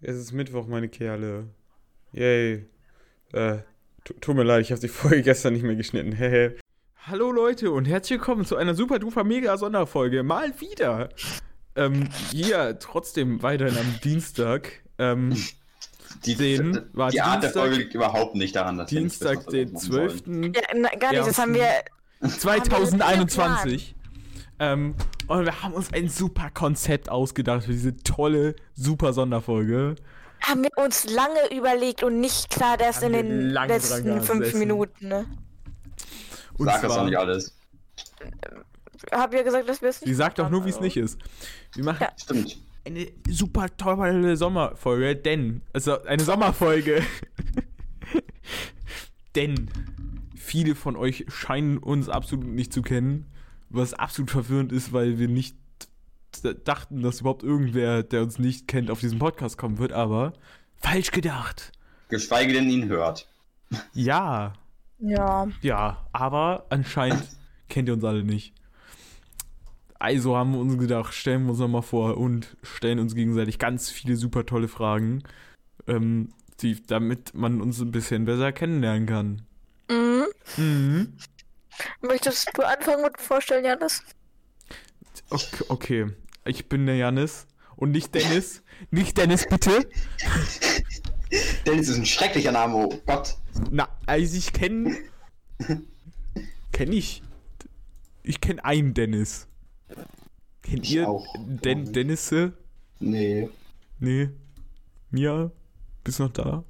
Es ist Mittwoch, meine Kerle. Yay. Äh, tu- tut mir leid, ich habe die Folge gestern nicht mehr geschnitten. Hehe. Hallo Leute und herzlich willkommen zu einer super duper mega Sonderfolge. Mal wieder. Ähm, hier trotzdem weiterhin am Dienstag. Ähm, Die, Den- d- war die Art der Dienstag- Folge liegt überhaupt nicht daran, dass wir nicht Dienstag, wissen, was wir den machen 12. sollen. Ja, na, gar nicht, das haben wir. 2021. Ähm, und wir haben uns ein super Konzept ausgedacht für diese tolle, super Sonderfolge. Haben wir uns lange überlegt und nicht klar, dass Haben in wir den lange dran letzten fünf gesessen. Minuten. Ne? Und Sag das doch nicht alles. Hab ja gesagt, dass wir es nicht. Sie sagt doch nur, wie es Also, nicht ist. Wir machen Ja. Stimmt. eine super tolle Sommerfolge, denn, also eine Sommerfolge, denn viele von euch scheinen uns absolut nicht zu kennen, was absolut verwirrend ist, weil wir nicht d- dachten, dass überhaupt irgendwer, der uns nicht kennt, auf diesen Podcast kommen wird, aber falsch gedacht. Geschweige denn ihn hört. Ja, Ja. ja, aber anscheinend kennt ihr uns alle nicht. Also haben wir uns gedacht, stellen wir uns nochmal vor und stellen uns gegenseitig ganz viele super tolle Fragen, ähm, die, damit man uns ein bisschen besser kennenlernen kann. Mhm. Mhm. Möchtest du anfangen mit vorstellen, Janis? Okay, okay, ich bin der Janis und nicht Dennis. Nicht Dennis, bitte. Dennis ist ein schrecklicher Name, oh Gott. Na, also ich kenne. Kenne ich. Ich kenne einen Dennis. Kennt Ich ihr auch, glaub Den ich. Dennisse? Nee. Nee. Mia, bist noch da?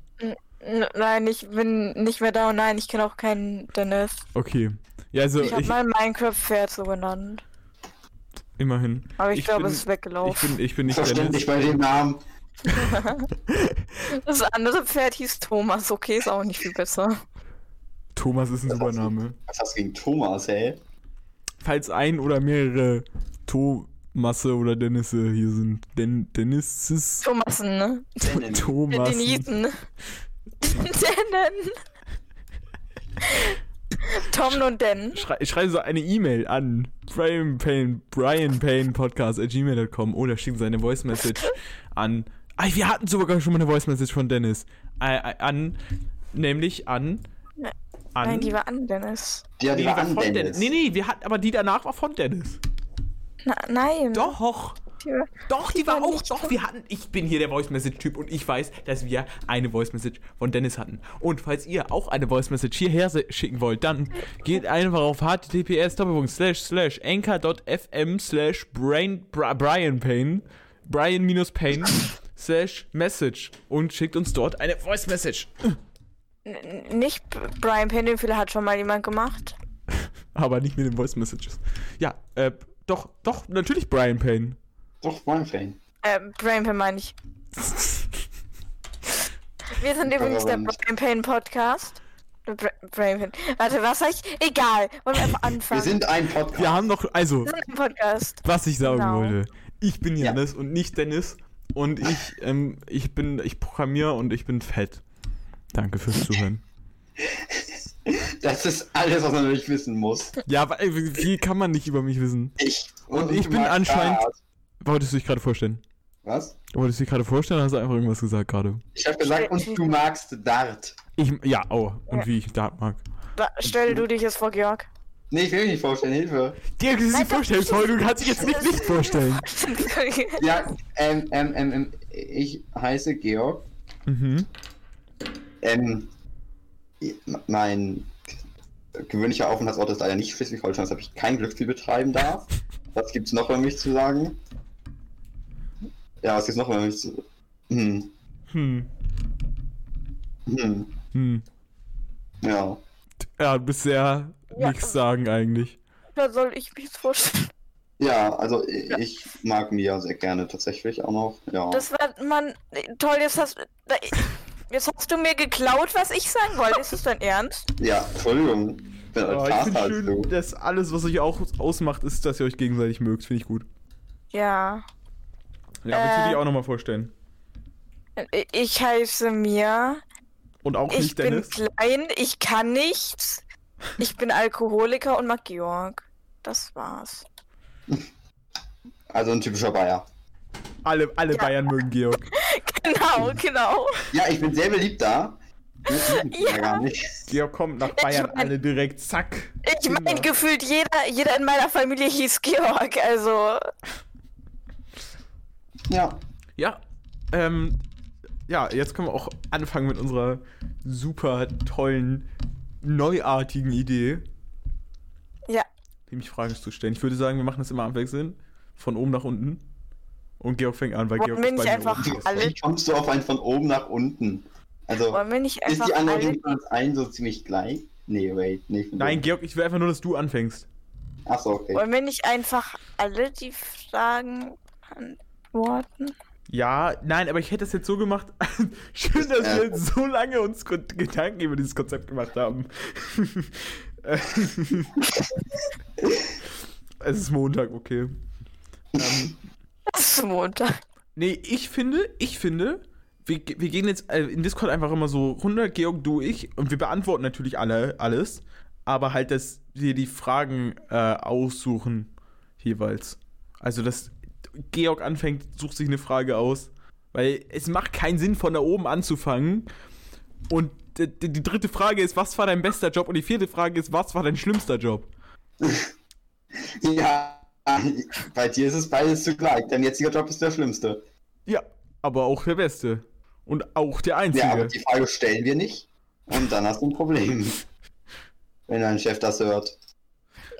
N nein, ich bin nicht mehr da und nein, ich kenne auch keinen Dennis. Okay. Ja, also ich habe ich, mein Minecraft-Pferd so genannt. immerhin. Aber ich, glaube, bin, es ist ich weggelaufen. bin, ich bin nicht Verständlich Dennis. bei dem Namen. Das andere Pferd hieß Thomas, okay, ist auch nicht viel besser. Thomas ist ein Das super hast du- Name. Was hast du gegen Thomas, ey? Falls ein oder mehrere Thomasse oder Dennisse hier sind. Den Dennisses? Thomassen, ne? Dennis. Thomas. Denisen. Dennen. Tom und Den. Schrei, schreibe so eine E-Mail an Brian Payne, Brian Payne Podcast at gmail.com oder schicken Sie eine Voice Message an. Ah, wir hatten sogar schon mal eine Voice Message von Dennis. Äh, äh, An, nämlich an. an Ne, Nein, die war an Dennis. Der, Nee, der die war war an von Dennis. Dennis. Nee, nee, wir hatten, aber die danach war von Dennis. Na, nein. Doch. Die war- Doch, die, war war auch, nicht doch, wir hatten, ich bin hier der Voice Message Typ und ich weiß, dass wir eine Voice Message von Dennis hatten. Und falls ihr auch eine Voice Message hierher se- schicken wollt, dann geht einfach auf https anchor.fm slash brain Bra- Brian Payne, Brian minus Payne slash Message und schickt uns dort eine Voice Message. N- Nicht B- Brian Pendenfühler hat schon mal jemand gemacht. Aber nicht mit den Voice Messages. Ja, äh, doch, doch, natürlich Brian Payne. Doch, mein Fan. Äh, Brian Penn meine ich. Wir sind übrigens der aber nicht. Brian Penn Podcast. Bra Brian Penn. Warte, was sag ich? Egal. Wollen wir einfach Wir anfangen. sind ein Podcast. Wir haben noch, also, Wir sind ein Podcast. was ich sagen Genau. wollte. Ich bin Ja. Janis und nicht Dennis. Und ich, ähm, ich bin, ich programmiere und ich bin fett. Danke fürs Zuhören. Das ist alles, was man wirklich wissen muss. Ja, wa- wie viel kann man nicht über mich wissen? Ich Und ich bin mein anscheinend- Gott. Wolltest du dich gerade vorstellen? Was? Wolltest du dich gerade vorstellen oder hast du einfach irgendwas gesagt gerade? Ich habe gesagt, und du magst Dart. Ich, ja, oh, und Ja. wie ich Dart mag. Da, stell du dich jetzt vor, Georg. Nee, ich will mich nicht vorstellen, Hilfe. Dir ist die Nein, doch, Vorstellungsfolge, du kannst dich jetzt nicht nicht vorstellen. Ja, ähm, ähm, ähm, ähm, ich heiße Georg. Mhm. Ähm, mein gewöhnlicher Aufenthaltsort ist leider nicht Schleswig-Holstein, weshalb ich kein Glücksspiel betreiben darf. Was gibt's noch über mich zu sagen? Ja, was gibt's noch über mich zu hm. Hm. hm. Hm. Ja. Ja, du bist sehr Ja. nichts sagen eigentlich. Da soll ich mich jetzt vorstellen. Ja, also i- Ja. ich mag Mia sehr gerne tatsächlich auch noch. Ja. Das war, Mann, äh, toll, jetzt hast, da- jetzt hast du mir geklaut, was ich sagen wollte. Ist es dein Ernst? ja, Entschuldigung. Ich bin Aber halt Oh, ich faster finde als schön, du. dass alles, was euch auch ausmacht, ist, dass ihr euch gegenseitig mögt. Finde ich gut. Ja. Ja, willst du Äh. dich auch nochmal vorstellen? I- Äh, Ich heiße Mia. Und auch Ich nicht bin Dennis? klein, ich kann nichts. Ich bin Alkoholiker und mag Georg. Das war's. Also ein typischer Bayer. Alle, alle Bayern mögen Georg. Genau, genau. Ja, ich bin sehr beliebt da. Das wissen die Ja. gar nicht. Georg kommt nach Bayern, mein- alle direkt, zack. Ich meine, Immer. gefühlt jeder, jeder in meiner Familie hieß Georg, also. Ja. Ja, ähm, ja, jetzt können wir auch anfangen mit unserer super tollen, neuartigen Idee, Ja. nämlich Fragen zu stellen. Ich würde sagen, wir machen das immer am Wechseln, von oben nach unten. Und Georg fängt an, weil Wollen Georg wir ist bei nicht mir einfach oben. alle- Oh, Wie kommst du auf einen von oben nach unten? Also, Wollen wir nicht ist einfach. die alle- Anleitung von uns allen so ziemlich gleich? Nee, wait, nicht. von Nein, dir. Georg, ich will einfach nur, dass du anfängst. Achso, okay. Wollen wir nicht einfach alle die Fragen antworten? Ja, nein, aber ich hätte es jetzt so gemacht. Schön, dass wir jetzt so lange uns Kon- Gedanken über dieses Konzept gemacht haben. Äh, es ist Montag, okay. Ähm, Das ist Montag. nee, ich finde, ich finde, wir, ge- wir gehen jetzt äh, in Discord einfach immer so runter, Georg, du, ich, und wir beantworten natürlich alle alles, aber halt, dass wir die Fragen äh, aussuchen jeweils. Also, dass Georg anfängt, sucht sich eine Frage aus, weil es macht keinen Sinn, von da oben anzufangen. Und d- d- die dritte Frage ist, was war dein bester Job? Und die vierte Frage ist, was war dein schlimmster Job? Ja, bei dir ist es beides zugleich. Dein jetziger Job ist der schlimmste. Ja, aber auch der beste. Und auch der einzige. Ja, aber die Frage stellen wir nicht. Und dann hast du ein Problem. Wenn dein Chef das hört.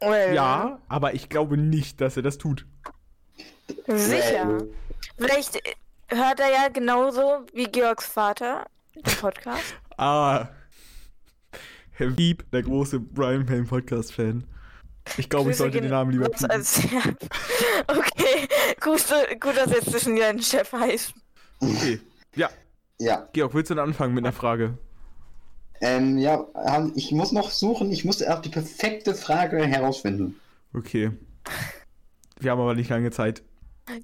Well, Ja, aber ich glaube nicht, dass er das tut. Sicher. Well, Vielleicht äh, hört er ja genauso wie Georgs Vater den Podcast. Ah. Herr Wieb, der große Brian Payne Podcast-Fan. Ich glaube, ich Grüße sollte gehen den Namen lieber raus piepen. ans Herz. Okay, gut, äh, gut, dass jetzt zwischen dir ein Chef heißt. Okay. Ja, ja. Georg, willst du denn anfangen mit einer Frage? Ähm, ja, ähm, ich muss noch suchen. Ich muss auch die perfekte Frage herausfinden. Okay. Wir haben aber nicht lange Zeit.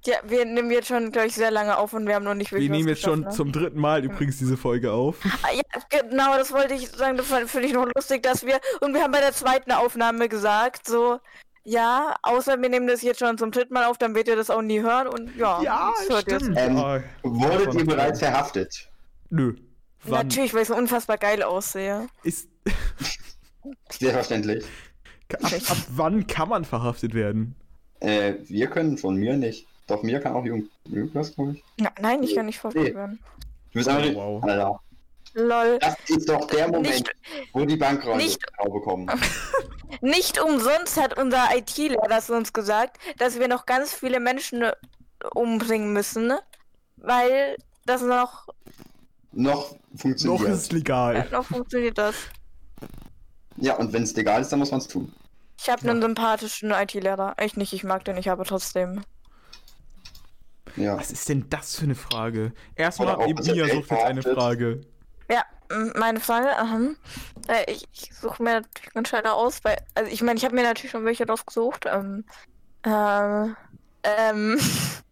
Ja, wir nehmen jetzt schon, glaube ich, sehr lange auf und wir haben noch nicht Wir wirklich. was nehmen jetzt geschafft, schon ne? zum dritten Mal übrigens diese Folge auf. Ah, Ja, genau, das wollte ich sagen. Das fand- finde ich noch lustig, dass wir. Und wir haben bei der zweiten Aufnahme gesagt, so. Ja, außer wir nehmen das jetzt schon zum dritten Mal auf, dann wird ihr das auch nie hören und ja. das hört ihr jetzt. Ähm, Ah, Wurdet davon- ihr bereits verhaftet? Nö. Wann Natürlich, weil ich so unfassbar geil aussehe. ist, Selbstverständlich. ab, ab wann kann man verhaftet werden? Äh, wir können von mir nicht. Doch mir kann auch Jugend- Jugendklasse, glaube ich. Na, nein, ich kann nicht verfolgt werden. Du bist einfach. Oh, Wow. Alter. Lol. Das ist doch der Moment, Nicht, wo die Bankräuber Nicht- Frau bekommen. nicht umsonst hat unser IT-Lehrer das uns gesagt, dass wir noch ganz viele Menschen äh, umbringen müssen, ne? weil das noch, äh, Noch Noch funktioniert. ist es legal. noch funktioniert das. Ja, und wenn es legal ist, dann muss man es tun. Ich habe einen sympathischen IT-Lehrer. Echt nicht, ich mag den, ich habe trotzdem. Ja. Was ist denn das für eine Frage? Erstmal, Oder auch, dass er Mia Geld sucht jetzt eine verhaftet. Frage. Ja, m- meine Frage, aha. Äh, Ich, ich suche mir natürlich ganz schnell da aus, weil, also ich meine, ich habe mir natürlich schon welche rausgesucht. Ähm, ähm, ähm,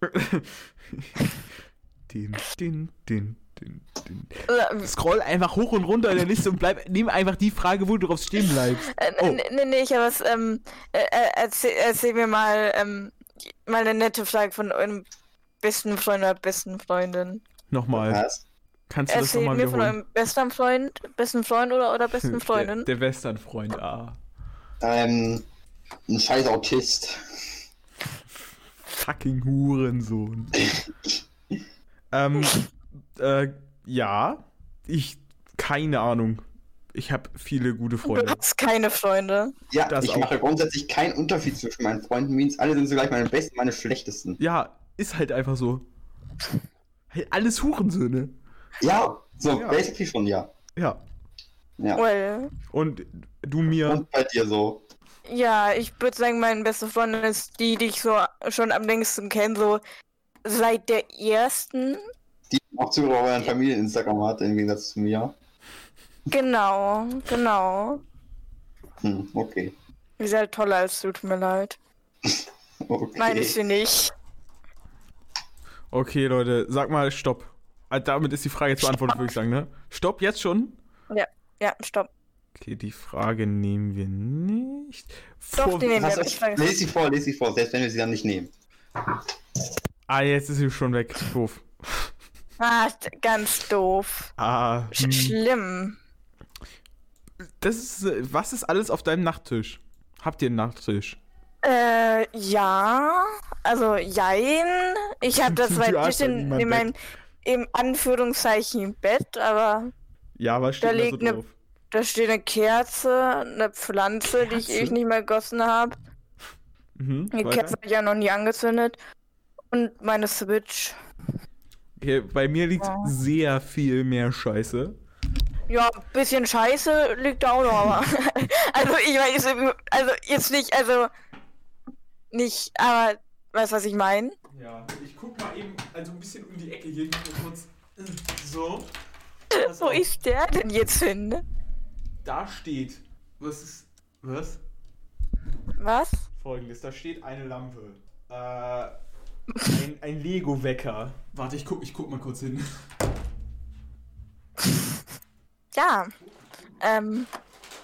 Din, din, din, din, din. äh, Scroll einfach hoch und runter in der Liste und bleib, nimm einfach die Frage, wo du drauf stehen bleibst. Äh, Oh. Nee, nee, nee, ich habe was, ähm, äh, äh, erzähl, erzähl mir mal, ähm, mal eine nette Frage von eurem besten Freund oder besten Freundin. Nochmal. Was? Kannst du das Erzähl nochmal mir von wiederholen? Hm. eurem besten Freund, besten Freund oder, oder besten Freundin. Der, der Westernfreund, ah. Ähm, ein scheiß Autist. Fucking Hurensohn. ähm, äh, ja. Ich, keine Ahnung. Ich habe viele gute Du Freunde. hast keine Freunde. Ja, Das ich auch. mache grundsätzlich keinen Unterschied zwischen meinen Freunden. Means alle sind zugleich meine besten, meine schlechtesten. Ja, ist halt einfach so. Halt alles Hurensöhne. Ja, so Ja. basically schon ja. Ja. Ja. Well, Und du mir. Und bei dir so. ja, ich würde sagen, meine beste Freundin ist die, die ich so schon am längsten kenne, so seit der ersten. Die auch Zugriff auf euren Familien-Instagram hat, im Gegensatz zu mir. Genau, genau. Hm, okay. Ihr seid toller als du, tut mir leid. okay. Äh. Nein, ist sie nicht. Okay, Leute, sag mal Stopp. Ah, Damit ist die Frage jetzt beantwortet, würde ich sagen, ne? Stopp, jetzt schon? Ja, stopp. Okay, die Frage nehmen wir nicht. Doch, die nehmen Hast wir. du- Ich weiß. Lest sie vor, lest sie vor, selbst wenn wir sie dann nicht nehmen. Ah, jetzt ist sie schon weg. Doof. Ah, ganz doof. Ah. Sch hm. Schlimm. Das ist. äh, Was ist alles auf deinem Nachttisch? Habt ihr einen Nachttisch? Äh, ja. Also, jein. Ich habe das Du zwei hast Tisch doch in, niemand in meinem, im Anführungszeichen, Bett, aber Ja, was steht Da da, so liegt ne- drauf? da steht eine Kerze, eine Pflanze, die ich Kerze? ewig nicht mehr gegossen habe. Mhm, Die weiter. Kerze habe ich ja noch nie angezündet. Und meine Switch. Okay, bei mir liegt Ja. sehr viel mehr Scheiße. Ja, ein bisschen scheiße liegt da auch noch, aber. also, ich meine, ist im- also jetzt nicht, also. Nicht, aber. Weißt du, was ich meine? Ja, ich guck mal eben, also ein bisschen um die Ecke hier, kurz. So. Äh, Wo ist der denn jetzt hin? Da steht. Was ist. Was? Was? Folgendes: Da steht eine Lampe. Äh, ein, ein Lego-Wecker. Warte, ich guck, ich guck mal kurz hin. Ja. Ähm.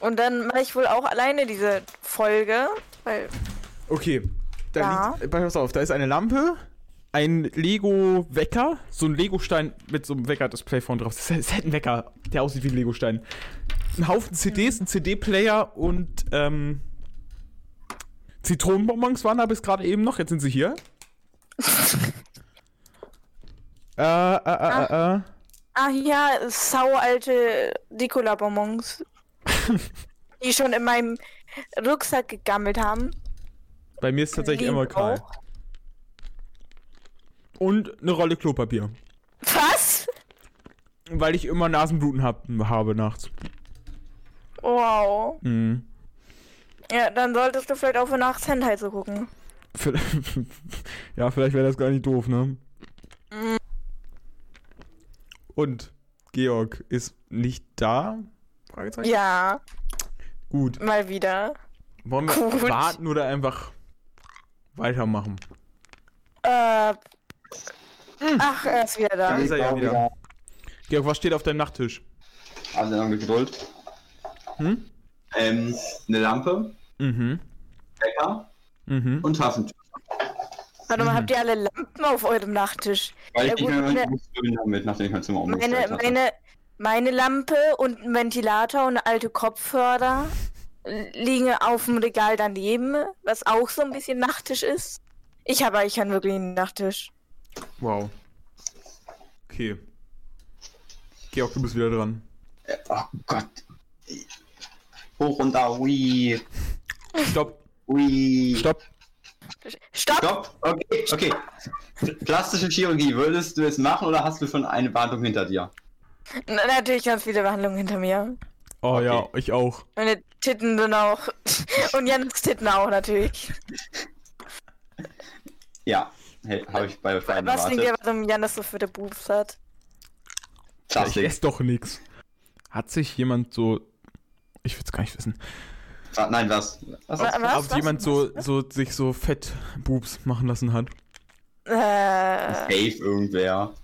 Und dann mache ich wohl auch alleine diese Folge, weil. Okay. Da Ja. liegt. Pass auf, da ist eine Lampe, ein Lego-Wecker, so ein Lego-Stein mit so einem Wecker-Display vorne drauf. Das ist halt ein Wecker, der aussieht wie ein Lego-Stein. Ein Haufen CDs, ein CD-Player und ähm, Zitronenbonbons waren da bis gerade eben noch, jetzt sind sie hier. äh, äh, äh, äh, äh. Ah ja, sau alte Nikola-Bonbons. die schon in meinem Rucksack gegammelt haben. Bei mir ist tatsächlich Lieb immer Karl. auch. Und eine Rolle Klopapier. Was? Weil ich immer Nasenbluten hab, habe nachts. Wow. Mhm. Ja, dann solltest du vielleicht aufhören, nachts Hentai zu gucken. Vielleicht, ja, vielleicht wäre das gar nicht doof, ne? Und Georg ist nicht da? Fragezeichen? Ja, Gut. mal wieder. Wollen wir Gut. warten oder einfach weitermachen? Äh. Ach, er ist wieder da. ist er Hm. ja glaube, wieder. Georg, was steht auf deinem Nachttisch? Haben sie dann gedrückt. Hm? Ähm, eine Lampe, Mhm. Wecker Mhm. und Taschentücher. Warte mal, habt ihr alle Lampen auf eurem Nachttisch? Weil Ja, ich nicht gut, mehr meine- meine Berufsbildung damit, nachdem ich mein Zimmer Meine, umgestellt habe. meine, meine Lampe und ein Ventilator und eine alte Kopfhörer liegen auf dem Regal daneben, was auch so ein bisschen Nachttisch ist. Ich habe eigentlich keinen wirklichen Nachttisch. Wow. Okay. Georg, du bist wieder dran. Oh Gott. Hoch und da, ui. Stopp, Ui. stopp. Stopp! Stopp. Okay, okay. Plastische Chirurgie, würdest du es machen oder hast du schon eine Behandlung hinter dir? N- Natürlich ganz viele Behandlungen hinter mir. Oh Okay. ja, ich auch. Meine Titten sind auch. Und Jans Titten auch natürlich. Ja, hey, habe ich bei Freien Was denkt ihr, erwartet. warum Jan das so für den Boobs hat? Ich Plastik. esse doch nix. Hat sich jemand so. Ich will's gar nicht wissen. Wa- Ah, Nein, was? Was? Wa- wa- Was? ob jemand Was? so, so sich so Fettboobs machen lassen hat. Äh. Safe irgendwer.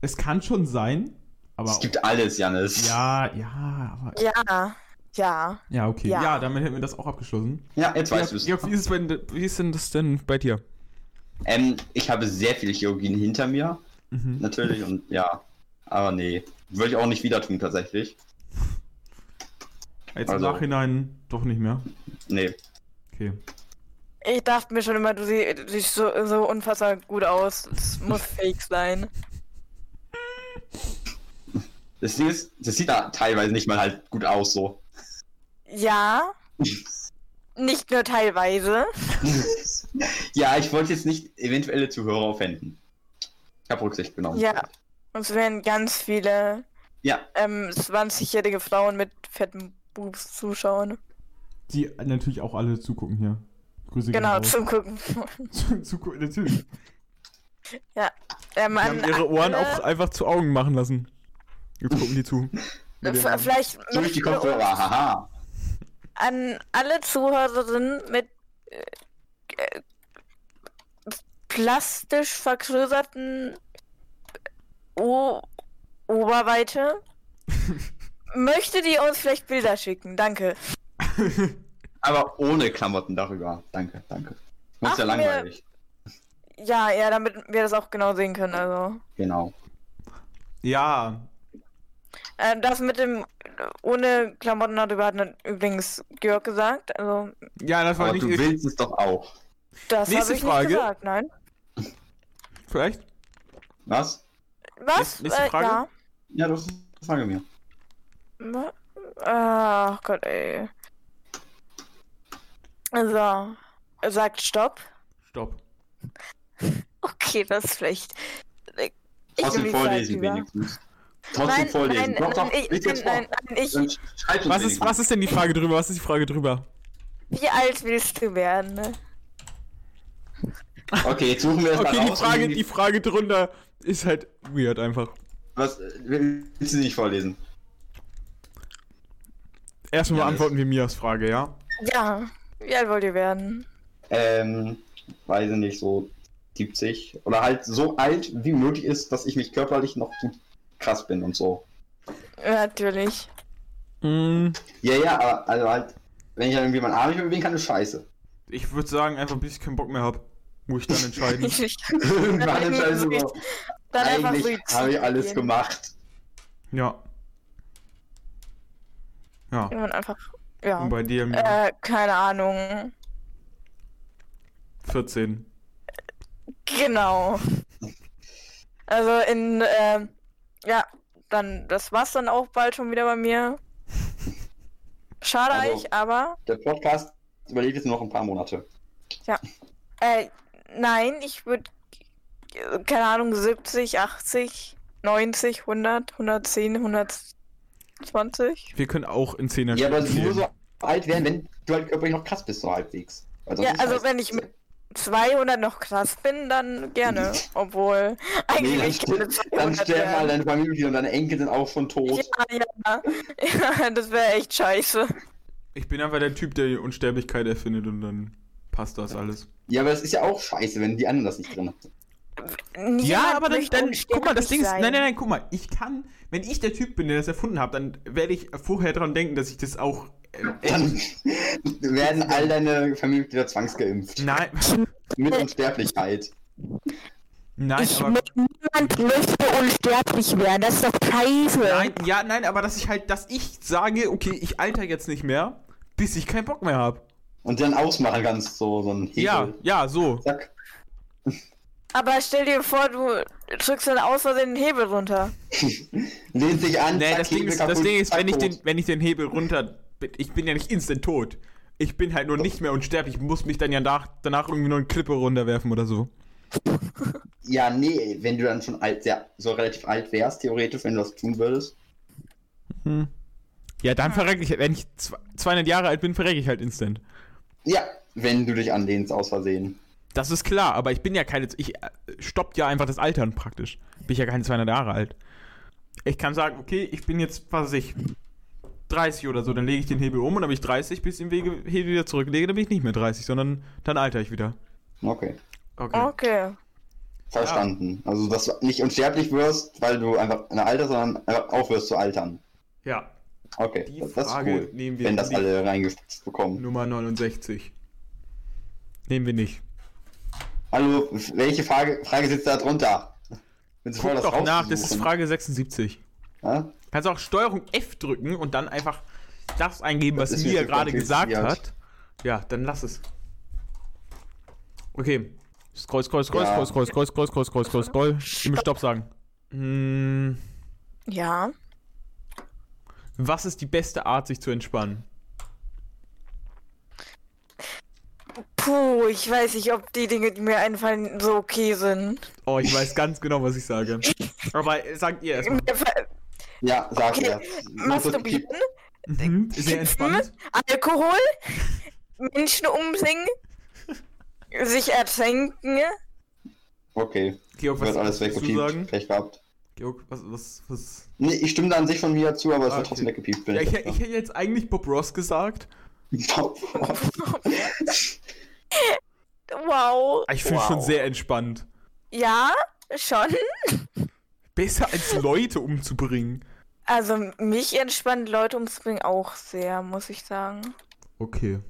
Es kann schon sein, aber. oh, Es gibt alles, Janis. ja, ja, aber. Ja. Ja. Ja, okay. Ja, Ja. damit hätten wir das auch abgeschlossen. Ja, jetzt weißt du Georg, es. Georg, wie, ist es bei, wie ist denn das denn bei dir? Ähm, ich habe sehr viele Chirurgien hinter mir, Mhm. natürlich, und ja. Aber nee, würde ich auch nicht wieder tun, tatsächlich. Jetzt Also- im Nachhinein doch nicht mehr. Nee. Okay. Ich dachte mir schon immer, du sie- du siehst so, so unfassbar gut aus. Es muss fake sein. Das Ding ist, das sieht da teilweise nicht mal halt gut aus, so. Ja. Nicht nur teilweise. ja, ich wollte jetzt nicht eventuelle Zuhörer aufwenden. Ich habe Rücksicht genommen. Ja. Uns werden ganz viele Ja, ähm, 20-jährige Frauen mit fetten Boobs zuschauen. Die natürlich auch alle zugucken hier. Grüße Genau, zum Gucken. Zugucken, natürlich. Ähm, Die an haben ihre Ohren alle- auch einfach zu Augen machen lassen. Jetzt gucken die zu. Mit V- den- Vielleicht durch die möchten wir Kopfhörer, haha. an alle Zuhörerinnen mit äh, äh, plastisch vergrößerten o Oberweite. Möchtet ihr uns vielleicht Bilder schicken? Danke. Aber ohne Klamotten darüber. Danke, danke. Uns Ach, ja langweilig. Ja, ja, damit wir das auch genau sehen können, also. Genau. Ja. Äh, das mit dem ohne Klamotten darüber hat übrigens Georg gesagt, also Ja, das war Aber nicht du willst es doch auch. das Nächste habe ich Frage. nicht gesagt, nein. Vielleicht? Was? Was? Nächste Frage? Äh, ja. Ja, das frage mir. Wa- Ach Gott, ey. So. Er sagt Stopp. Stopp. Okay, das ist schlecht. Ich Trotzdem nehme die Zeit vorlesen über. wenigstens. ne? Nein, Trotzdem vorlesen. nein, doch, doch, nein, ich, lies nein, jetzt nein, vor. nein, ich, Dann schreib uns Was ist, wenigstens. was ist denn die Frage drüber? Was ist die Frage drüber? Wie alt willst du werden? Ne? Okay, jetzt suchen wir das mal Okay, die raus. Frage, die Frage drunter ist halt weird einfach. Was, äh, willst du sie nicht vorlesen? Erstmal Ja, beantworten wir Mias Frage, ja? Ja. Wie alt wollt ihr werden? Ähm, weiß ich nicht, so 70. Oder halt so alt, wie möglich ist, dass ich mich körperlich noch so krass bin und so. Natürlich. Mm, Ja, ja, aber also halt, wenn ich dann irgendwie meinen Arm nicht mehr bewegen kann, ist scheiße. ich würde sagen, einfach bis ich keinen Bock mehr habe, muss ich dann Hm. entscheiden. Irgendwann ist scheiße. Eigentlich- so, Dann einfach Eigentlich Suizid habe ich alles begehen. gemacht. ja. Ja. Irgendwann einfach. Ja. Und bei dir Mia, Äh, keine Ahnung. 14. Genau. Also in, ähm, ja, dann, das war's dann auch bald schon wieder bei mir. Schade Also- eigentlich, aber, Der Podcast überlebt jetzt nur noch ein paar Monate. äh, nein, ich würde, keine Ahnung, 70, 80, 90, 100, 110, 120. Wir können auch in 10er Ja, aber spielen. nur so alt werden, wenn du halt körperlich noch krass bist, so halbwegs. Weil sonst Ja, ist halt also scheiße. wenn ich mit 200 noch krass bin, dann gerne. Obwohl, Nee, eigentlich will dann, ich gerne stirb- dann 200 sterben alle werden. deine Familienmitglieder und deine Enkel sind auch schon tot. Ja, ja, ja, das wäre echt scheiße. Ich bin einfach der Typ, der die Unsterblichkeit erfindet und dann passt das alles. Ja, aber das ist ja auch scheiße, wenn die anderen das nicht drin haben. Niemand ja, aber dann, möchte dann unsterblich guck mal, das Ding ist, sein. nein, nein, nein, guck mal, ich kann, wenn ich der Typ bin, der das erfunden hat, dann werde ich vorher dran denken, dass ich das auch. Äh, Dann werden all deine Familienmitglieder zwangsgeimpft. nein, Mit Unsterblichkeit. nein, Ich aber, mö- niemand möchte unsterblich werden. Das ist doch scheiße. nein, ja, nein, aber dass ich halt, dass ich sage, okay, ich alter jetzt nicht mehr, bis ich keinen Bock mehr habe. Und dann ausmachen kannst, so, so ein Hebel. Ja, ja, so. Zack. Aber stell dir vor, du drückst dann aus Versehen den Hebel runter. Lehnt sich an. Nee, zack, das Ding Hebel ist, das kaputt, Ding ist, zack, wenn ich den, tot. wenn ich den Hebel runter, bin- ich bin ja nicht instant tot. Ich bin halt nur nicht mehr unsterblich, ich muss mich dann ja nach, danach irgendwie noch eine Klippe runterwerfen oder so. Ja, nee, wenn du dann schon alt, sehr, so relativ alt wärst, theoretisch, wenn du das tun würdest. Ja, dann verrecke ich, wenn ich zw- 200 Jahre alt bin, verrecke ich halt instant. Ja, wenn du dich anlehnst, aus Versehen. Das ist klar, aber ich bin ja keine, ich äh, stoppt ja einfach das Altern praktisch. Bin ich ja keine 200 Jahre alt. Ich kann sagen, okay, ich bin jetzt, was weiß ich, 30 oder so, dann lege ich den Hebel um und dann bin ich 30, bis ich den Wege, Hebel wieder zurücklege, dann bin ich nicht mehr 30, sondern dann alter ich wieder. Okay. Okay. Okay. Verstanden. Also, dass du nicht unsterblich wirst, weil du einfach eine Alter, sondern einfach aufhörst zu altern. Ja, Okay, Die das, das ist Frage cool. nehmen wir Wenn das nicht. alle reingespitzt bekommen. Nummer 69. Nehmen wir nicht. Hallo, welche Frage, Frage sitzt da drunter? Wenn Sie Guck vorher doch nach, das ist raussuchen. ne? Frage 76. Ja? Kannst auch Steuerung F drücken und dann einfach das eingeben, was Das ist Mia mir zu gerade gesagt kompliziert. hat. Ja, dann lass es. Okay. Scroll, scroll, scroll, Ja. scroll, scroll, scroll, scroll, scroll, scroll, scroll, scroll. Immer Stopp sagen. Hm, Ja. was ist die beste Art, sich zu entspannen? Puh, ich weiß nicht, ob die Dinge, die mir einfallen, so okay sind. Oh, ich weiß ganz genau, was ich sage. Aber äh, sagt ihr erstmal. Mir fa- ja, sag Okay, ja. Masturbieren, Mhm. Sehr entspannt. Alkohol, Menschen umbringen, sich ertränken. Okay, Georg, was wird alles willst du sagen? weggepiept. Pech gehabt. Georg, was, was, was? Nee, ich stimme da an sich von mir zu, aber es Ah, wird trotzdem okay. weggepiept. bin Ja, ich, dafür. ich hätte jetzt eigentlich Bob Ross gesagt. Wow. Ich finde es schon sehr entspannt. Ja, schon. Besser als Leute umzubringen. Also mich entspannt Leute umzubringen auch sehr, muss ich sagen. Okay.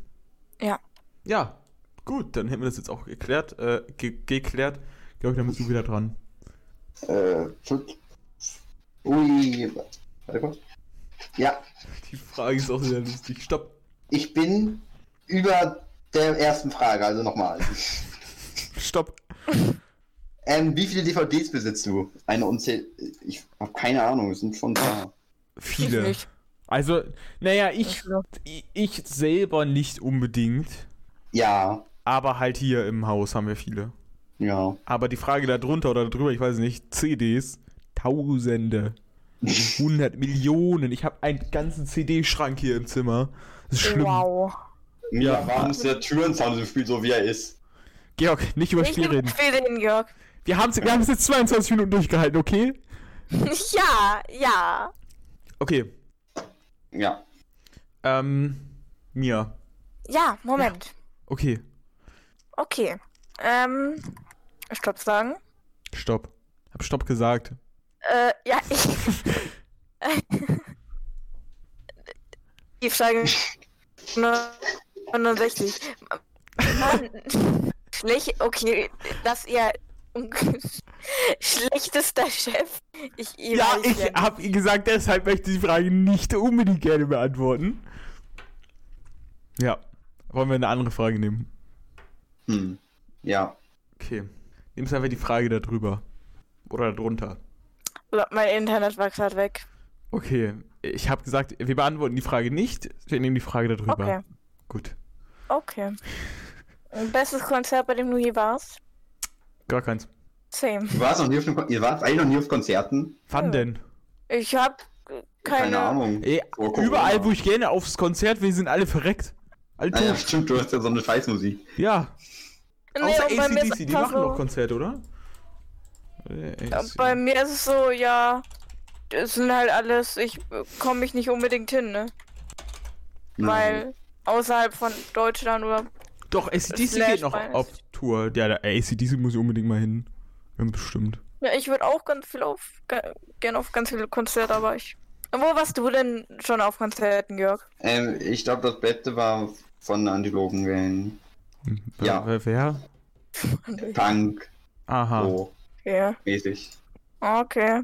Ja. Ja, Gut, dann hätten wir das jetzt auch geklärt. Äh, ge geklärt. Georg, dann bist du wieder dran. Äh, zurück. Ui. Warte kurz. Ja, Die Frage ist auch sehr lustig. Stopp. ich bin über der ersten Frage, also nochmal. Stopp. Ähm, wie viele DVDs besitzt du? Eine Unzähl. Ich habe keine Ahnung, es sind schon ein paar. Viele. nicht. Also, naja, ich, ich, ich selber nicht unbedingt. Ja, Aber halt hier im Haus haben wir viele. ja. Aber die Frage da drunter oder drüber, ich weiß nicht, CDs, Tausende, 100 Millionen. Ich habe einen ganzen CD-Schrank hier im Zimmer. Das ist schlimm. Wow. Mia, warum ist der Türensound so viel so, wie er ist? Georg, nicht über Ich Spiel liebe reden. Schweden, Jörg. Wir haben es wir haben's jetzt 22 Minuten durchgehalten, okay? ja, ja. Okay, Ja. ähm, Mia. Ja, Moment. Okay, Okay. Ähm, Stopp sagen. stopp. Hab stopp gesagt. Äh, ja, ich. Tiefsteigen. 69. Mann. Schlecht, okay, das ist ja schlechtester Chef. Ich, ich Ja, weiß ich ja nicht. hab ihr gesagt, deshalb möchte ich die Frage nicht unbedingt gerne beantworten. Ja, wollen wir eine andere Frage nehmen? Hm. Ja. Okay. Nimmst einfach die Frage da drüber. Oder da drunter. Glaub, Mein Internet war gerade weg. Okay. Ich habe gesagt, wir beantworten die Frage nicht. Wir nehmen die Frage da drüber. Okay. Gut. Okay. Bestes Konzert, bei dem du je warst? Gar keins. Same. Du warst noch nie auf einem Kon Ihr wart alle noch nie auf Konzerten? Wann Ja. denn? Ich hab äh, keine, Keine Ahnung. Ahnung. Oh, Ey, Vor Corona. überall, wo ich gerne aufs Konzert will, sind alle verreckt. Alle Ah, ja, tot. stimmt, du hast ja so eine Scheißmusik. Ja. Nee, Außer und bei mir ist ACDC, die einfach machen so- doch Konzerte, oder? Äh, Ja, AC/DC. Bei mir ist es so, ja, es sind halt alles, ich komme mich nicht unbedingt hin, ne? Mhm. Hm. Weil außerhalb von Deutschland oder Doch, ACDC Slash geht noch Minus. auf Tour. Ja, da, äh, ACDC muss ich unbedingt mal hin. Ganz bestimmt. ja, ich würde auch ganz viel auf ge- gern auf ganz viele Konzerte, aber ich. Wo warst du denn schon auf Konzerten, Jörg? Ähm, ich glaube, das Beste war von Antilopenwellen. Hm, Ja. Wer, wer? Punk, Aha. so Okay. mäßig. Okay.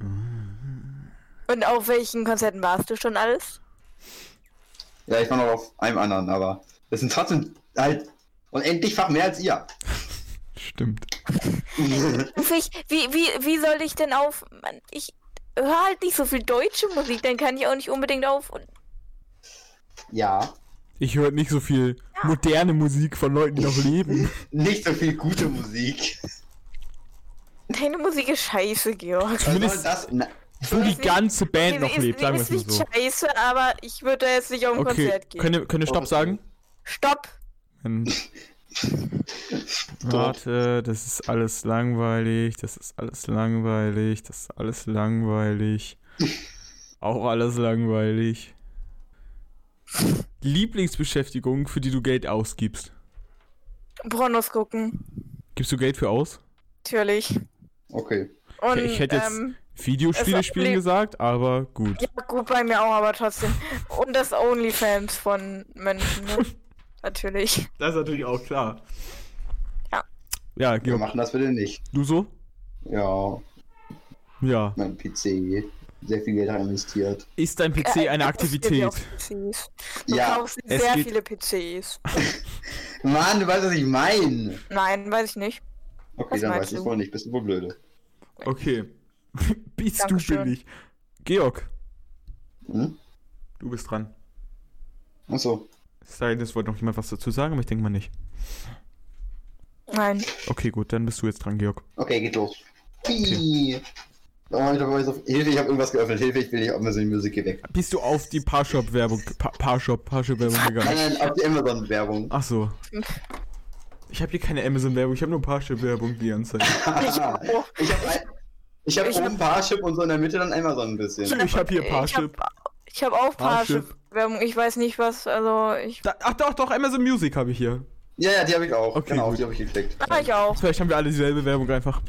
Mhm. Und auf welchen Konzerten warst du schon alles? Ja, ich war noch auf einem anderen, aber das sind trotzdem halt unendlichfach mehr als ihr. Stimmt. Ich, wie, wie, wie soll ich denn auf. Mann, ich höre halt nicht so viel deutsche Musik, dann kann ich auch nicht unbedingt auf. ja. Ich höre nicht so viel moderne Musik von Leuten, die noch leben. Nicht so viel gute Musik. Deine Musik ist scheiße, Georg. Zumindest- Was soll das? Na, Wo die ist nicht- ganze Band Sie noch ist, lebt, sie sagen wir ist es mal nicht so. scheiße, aber ich würde da jetzt nicht auf ein Okay, Konzert gehen. könnt ihr, könnt ihr Stopp sagen? Stopp! Dann- Doch. Warte, das ist alles langweilig, das ist alles langweilig, das ist alles langweilig. Auch alles langweilig. Lieblingsbeschäftigung, für die du Geld ausgibst. Pornos gucken, Gibst du Geld für aus? natürlich. okay. Und, Okay, ich hätte jetzt ähm, Videospiele es- spielen nee. gesagt, aber gut. ja, gut, bei mir auch, aber trotzdem. Und das Onlyfans von Menschen, ne? natürlich. Das ist natürlich auch klar. Ja. Ja, Wir Georg, machen das bitte nicht. du so? Ja, Ja. mein PC. Sehr viel Geld investiert. Ist dein Äh, PC eine Aktivität? PCs. Du Ja, kaufst es sehr geht- viele PCs. Mann, du weißt, was ich meine. Nein, weiß ich nicht. Okay, Was dann meinst weiß ich du? wohl nicht. Bist du wohl blöde. Okay. Bist du Dankeschön. billig. Georg, Hm? du bist dran. Achso. Es sei denn, es wollte noch jemand was dazu sagen, aber ich denke mal nicht. Nein. Okay, gut, dann bist du jetzt dran, Georg. Okay, geht los. Hui. Oh, ich hab so- Hilfe, ich habe irgendwas geöffnet. Hilfe, ich will nicht auf meine Musik hier weg. Bist du auf die Parshop-Werbung, pa Parshop, Parshop-Werbung Nein, gegangen? nein, auf die Amazon-Werbung. Ach so. Ich habe hier keine Amazon-Werbung, ich habe nur Parshop-Werbung die ganze Zeit. Ich, oh, Ah. Ich habe ich hab Ich oben Parship und so in der Mitte dann Amazon ein bisschen. Ich habe hier ich habe Parship. ich hab auch Parship. Parship-Werbung. Ich weiß nicht, was. Also, ich. Da, ach doch, doch, Amazon Music habe ich hier. Ja, ja, die habe ich auch. Okay, genau, auf gut. die habe ich geklickt. Ah, ich auch. Vielleicht haben wir alle dieselbe Werbung einfach.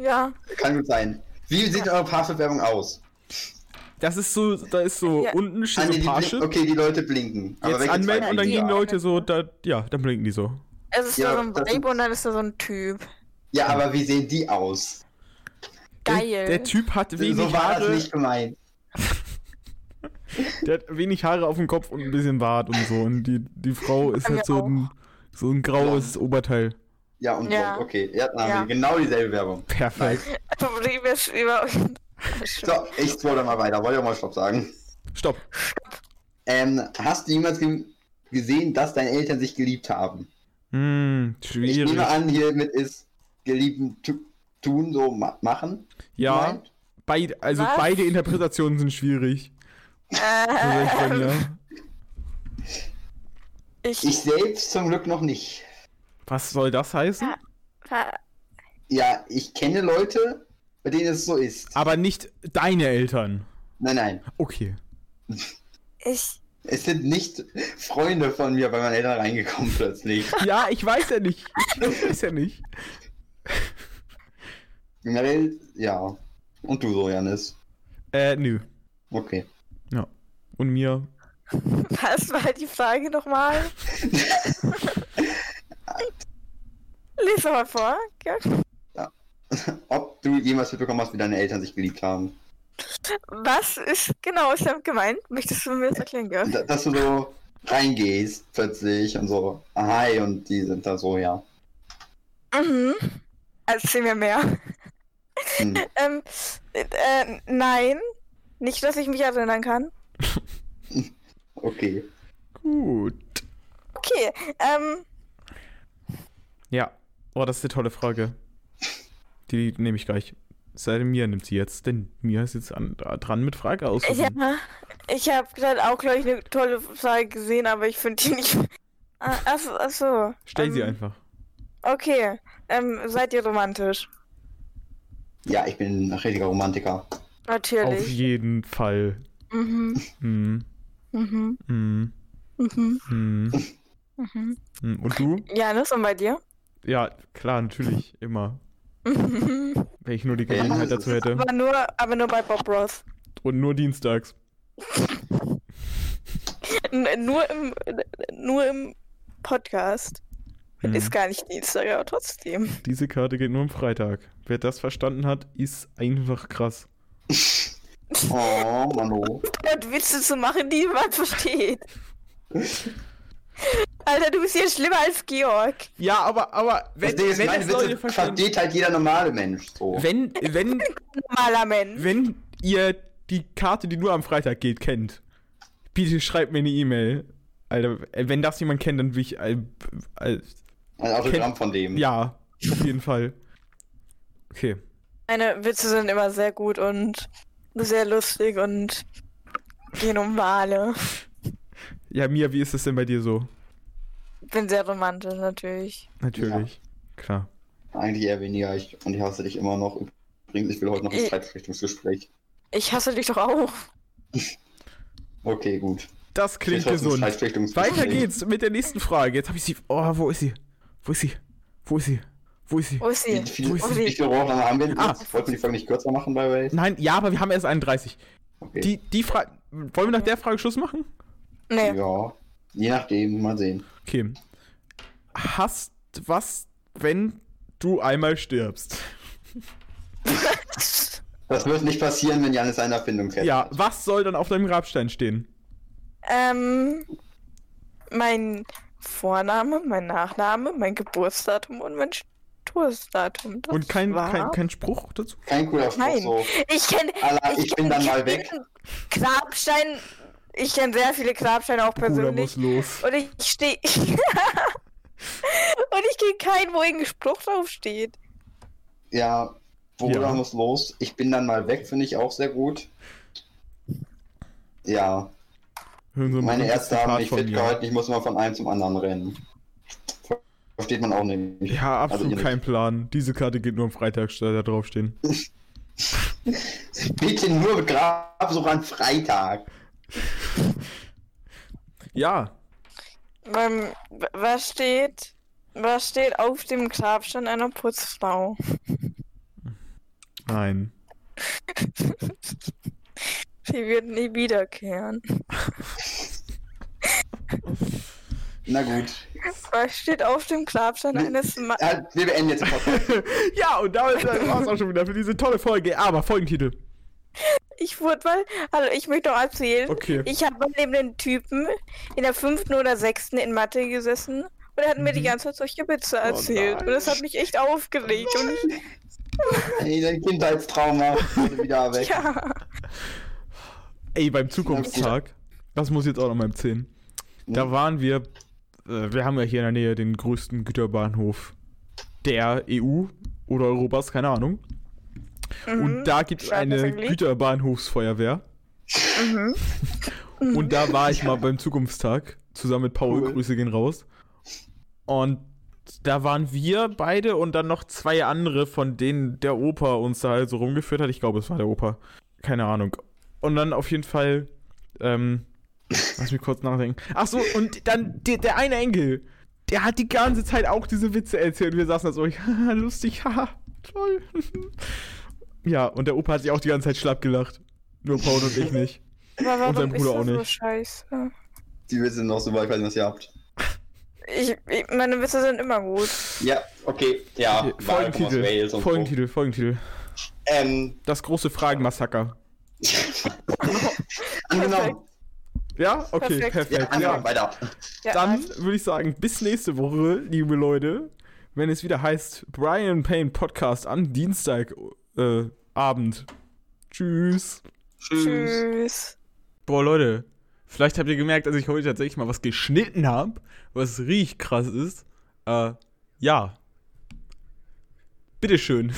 Ja. Kann gut sein. Wie sieht eure Parship-Werbung aus? Das ist so, da ist so Ja. unten steht Ah, nee, so die blink- Parship. okay, die Leute blinken. Aber Jetzt welche anmelden zwei und dann blinken? gehen Ja. Leute so, da, ja, dann blinken die so. Es ist Ja, da so ein das sind- Babe und dann ist da so ein Typ. Ja, aber wie sehen die aus? Der, Geil. der Typ hat wenig so war Haare, das nicht gemeint. der hat wenig Haare auf dem Kopf und ein bisschen Bart und so. Und die, die Frau ist Haben halt wir so ein, so ein graues Oberteil. Ja, und Ja. so, okay. Ja, dann haben Ja. wir genau dieselbe Werbung. Perfekt. Problem ist über. Schön. So, ich scroll mal weiter. Wollte ja mal Stopp sagen. Stopp. Ähm, hast du jemals ge gesehen, dass deine Eltern sich geliebt haben? Hm, Ich schwierig. nehme an, hiermit ist geliebten tu tun, so ma machen. Ja, gemeint. beid, also Was? beide Interpretationen sind schwierig. Muss ich Äh, sagen, ja. Ich. Ich selbst zum Glück noch nicht. Was soll das heißen? Ja, ich kenne Leute, bei denen es so ist. Aber nicht deine Eltern. Nein, nein. Okay. Ich. Es sind nicht Freunde von mir bei meinen Eltern reingekommen plötzlich. Ja, ich weiß ja nicht. Ich weiß ja nicht. Generell, ja. Und du so, Janis. Äh, nö. Okay. Ja. Und mir. Was war die Frage nochmal? Lies doch mal vor. gell? Ob du jemals mitbekommen hast, wie deine Eltern sich geliebt haben. Was ist genau ist damit gemeint? Möchtest du mir das erklären, Und Gerd? da- Dass du so reingehst plötzlich und so, hi, und die sind da so, ja. Mhm. Erzähl mir mehr. Hm. Ähm, äh, nein. Nicht, dass ich mich erinnern kann. Okay. Gut. Okay, ähm, Ja. Oh, das ist eine tolle Frage. Die nehme ich gleich. Es Sei denn, Mia nimmt sie jetzt, denn Mia ist jetzt an, da dran mit Frage aus. ja, ich habe gerade auch, glaube ich, eine tolle Frage gesehen, aber ich finde die nicht. Ah, Ach, so- ach so. Stell ähm, sie einfach. Okay, ähm, seid ihr romantisch? Ja, ich bin ein richtiger Romantiker. Auf Natürlich. jeden Fall. Mhm, Hm, mhm, hm, mhm, hm. mhm. hm. Und du? Janis, und bei dir? Ja, klar, natürlich. Immer. Mhm. Wenn ich nur die Ja, Gelegenheit das dazu hätte. aber, nur, aber nur bei Bob Ross. Und nur dienstags. N nur, im, nur im Podcast. Hm. Ist gar nicht Dienstag, aber trotzdem. Diese Karte geht nur am Freitag. Wer das verstanden hat, ist einfach krass. Oh, Mano. Und Witze zu machen, die man versteht. Alter, du bist hier schlimmer als Georg. Ja, aber, aber Das wenn, Ding ist, wenn meine es Leute Witze verstehen. versteht halt jeder normale Mensch. So. Wenn, wenn, Maler Mensch. wenn ihr die Karte, die nur am Freitag geht, kennt, bitte schreibt mir eine E-Mail. Alter, äh, wenn das jemand kennt, dann will ich. Äh, äh, Ein Autogramm von dem. ja, auf jeden Fall. Okay. Meine Witze sind immer sehr gut und sehr lustig und gehen um Wale. Ja, Mia, wie ist es denn bei dir so? Bin sehr romantisch natürlich. Natürlich. Klar. Eigentlich eher weniger. Ich, und ich hasse dich immer noch. Übrigens, ich will heute noch ein Ich- Streitschlichtungsgespräch. Ich hasse dich doch auch. Okay, gut. Das klingt Ich will heute ein gesund. Streitschlichtungsgespräch. Weiter geht's mit der nächsten Frage. Jetzt habe ich sie. Oh, wo ist sie? Wo ist sie? Wo ist sie? Wo ist sie? Wo ist Wie sie? viele, Wo wie ist sie? viele Rohre haben wir denn? Ah. jetzt? Wollten wir die Folge nicht kürzer machen bei Welt? Nein, ja, aber wir haben erst 31. Okay. Die, die Frage. Wollen wir nach der Frage Schluss machen? Nee. Ja. Je nachdem, mal sehen. Okay. Hast was, wenn du einmal stirbst? Das wird nicht passieren, wenn Janis eine Erfindung kennt. Ja, was soll dann auf deinem Grabstein stehen? ähm, mein Vorname, mein Nachname, mein Geburtsdatum und mein Todesdatum. Das Und kein, war... kein, kein Spruch dazu? Kein cooler Spruch Nein. so. Ich kenne. Alla, Ah, ich bin dann mal weg. Grabstein. Ich kenne sehr viele Grabsteine auch Bruder muss persönlich. los. Und ich stehe. und ich gehe keinen, wo irgendein Spruch drauf steht. Ja. Bruder Ja. muss los. Ich bin dann mal weg, finde ich auch sehr gut. Ja. Hören Sie mal Meine ein Ärzte Zitat haben mich von fit mir. gehalten, ich muss mal von einem zum anderen rennen. Versteht man auch nicht. Ja, Also absolut ihr kein Plan. Diese Karte geht nur am Freitag statt da draufstehen. nicht. Bitte nur Grabsuche an Freitag. Ja, Ähm, w- was steht. Was steht auf dem Grabstein einer Putzfrau? nein. Die wird nie wiederkehren. Na gut. Was steht auf dem Grabstein eines Mannes? äh, Ja, wir beenden jetzt den Podcast. ja, und damit war es auch schon wieder für diese tolle Folge. Aber Folgentitel. Ich wurde mal, hallo, ich möchte noch erzählen. Okay. Ich habe mal neben den Typen in der fünften oder sechsten in Mathe gesessen und er hat mir die ganze Zeit solche Witze erzählt. Mhm. Oh nein. und das hat mich echt aufgelegt. Und ich, Ey, dein Kindheitstrauma wurde wieder weg. ja, Ey, beim Zukunftstag, das muss ich jetzt auch noch mal erzählen. Da waren wir, äh, wir haben ja hier in der Nähe den größten Güterbahnhof der EU oder Europas, keine Ahnung. Und da gibt es Schreib das eine in Lied. Güterbahnhofsfeuerwehr. Und da war ich mal beim Zukunftstag zusammen mit Paul. Cool. Grüße gehen raus. Und da waren wir beide und dann noch zwei andere, von denen der Opa uns da halt so rumgeführt hat. Ich glaube, es war der Opa. Keine Ahnung. Und dann auf jeden Fall, ähm, lass mich kurz nachdenken. Ach so, und dann der, der eine Engel, der hat die ganze Zeit auch diese Witze erzählt. Wir saßen da so, ja, lustig, haha, toll. Ja, und der Opa hat sich auch die ganze Zeit schlapp gelacht. Nur Paul und ich nicht. aber warum sein Bruder ist das auch so nicht. scheiße? Die Witze sind noch so weit, wenn ihr was ihr habt. Ich, ich, meine Witze sind immer gut. Ja, okay. Ja, Hier, Wahl kommt aus Folgentitel, Wales und Folgentitel, Folgentitel. So. Ähm, Das große Fragenmassaker. angenommen. Ja? Okay, Perfekt. perfekt. genau. Ja, also Ja. angenommen, genau. weiter. Ja, Dann würde ich sagen, bis nächste Woche, liebe Leute, wenn es wieder heißt Brian Payne Podcast am Dienstag äh, Abend. Tschüss. Tschüss. Boah, Leute, vielleicht habt ihr gemerkt, dass ich heute tatsächlich mal was geschnitten habe, was richtig krass ist. Äh, ja. Bitteschön.